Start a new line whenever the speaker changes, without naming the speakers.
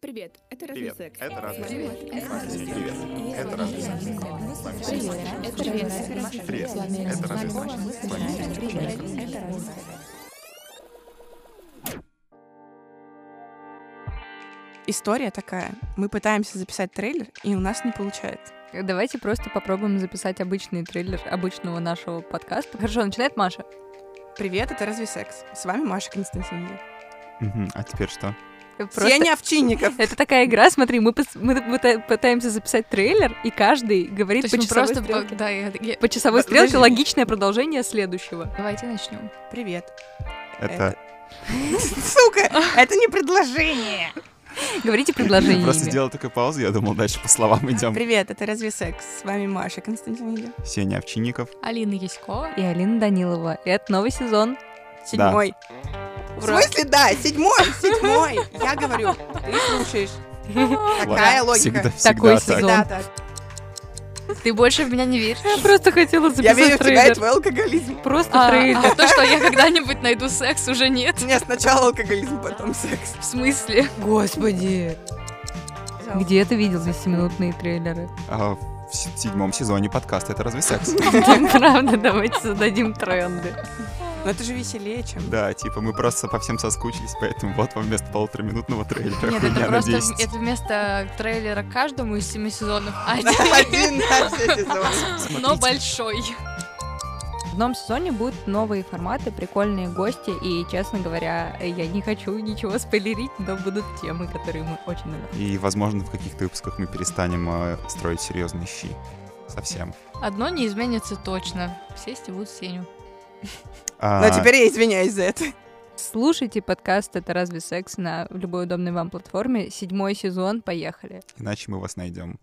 Привет, это разный
Привет.
секс.
Э,
Это разный
Привет.
Привет. Это разный секс. С вами Сергей.
Это привет.
Привет. Это разный секс. С вами Сергей.
История такая. Мы пытаемся записать трейлер, и у нас не получается.
Давайте просто попробуем записать обычный трейлер обычного нашего подкаста. Хорошо, начинает Маша.
Привет, это «Разве секс?» С вами Маша Константиновна.
Мгм, А теперь что?
Просто-
Сеня Овчинников.
Это такая игра, смотри, мы, пос- мы пыта- пытаемся записать трейлер, и каждый говорит
То
по
есть мы
часовой
просто... по-
стрелке.
Да, я- я-
По часовой
Подожди.
стрелке логичное продолжение следующего.
Давайте начнем.
Привет.
Это
Сука, это не предложение.
Говорите
Я
предложениями.
просто сделал такую паузу, я думал, дальше по словам идем.
Привет, это «Разве секс?» С вами Маша Константиновна.
Сеня Овчинников.
Алина Яськова.
И Алина Данилова. И это новый сезон.
Седьмой. В смысле, да, седьмой, седьмой. Я говорю, ты слушаешь. Такая
Ла- Всегда,
логика.
всегда
Такой
так.
сезон.
Всегда так.
Ты больше в меня не веришь.
Я просто хотела записать
Я верю в тебя и
трейлер.
твой алкоголизм.
Просто
А,
трейлер.
а то, что я когда-нибудь найду секс, уже нет.
У меня сначала алкоголизм, потом секс.
В смысле?
Господи.
Где ты видел 10-минутные трейлеры?
А, В с- седьмом сезоне подкаста «Это разве секс?»
Правда, давайте зададим тренды.
Но это же веселее, чем...
Да, типа мы просто по всем соскучились, поэтому вот вам вместо полутораминутного трейлера
Нет, это
хуйня на
просто
10.
это вместо трейлера к каждому из семи сезонов один,
Один на все сезоны.
но большой.
В новом сезоне будут новые форматы, прикольные гости, и, честно говоря, я не хочу ничего спойлерить, но будут темы, которые мы очень любим.
И, возможно, в каких-то выпусках мы перестанем э, строить серьезные щи. Совсем.
Одно не изменится точно. Все стебут Сеню.
А,
Но теперь я извиняюсь за это.
Слушайте подкаст «Это разве секс» на любой удобной вам платформе. Седьмой сезон, поехали.
А, Иначе мы вас найдем.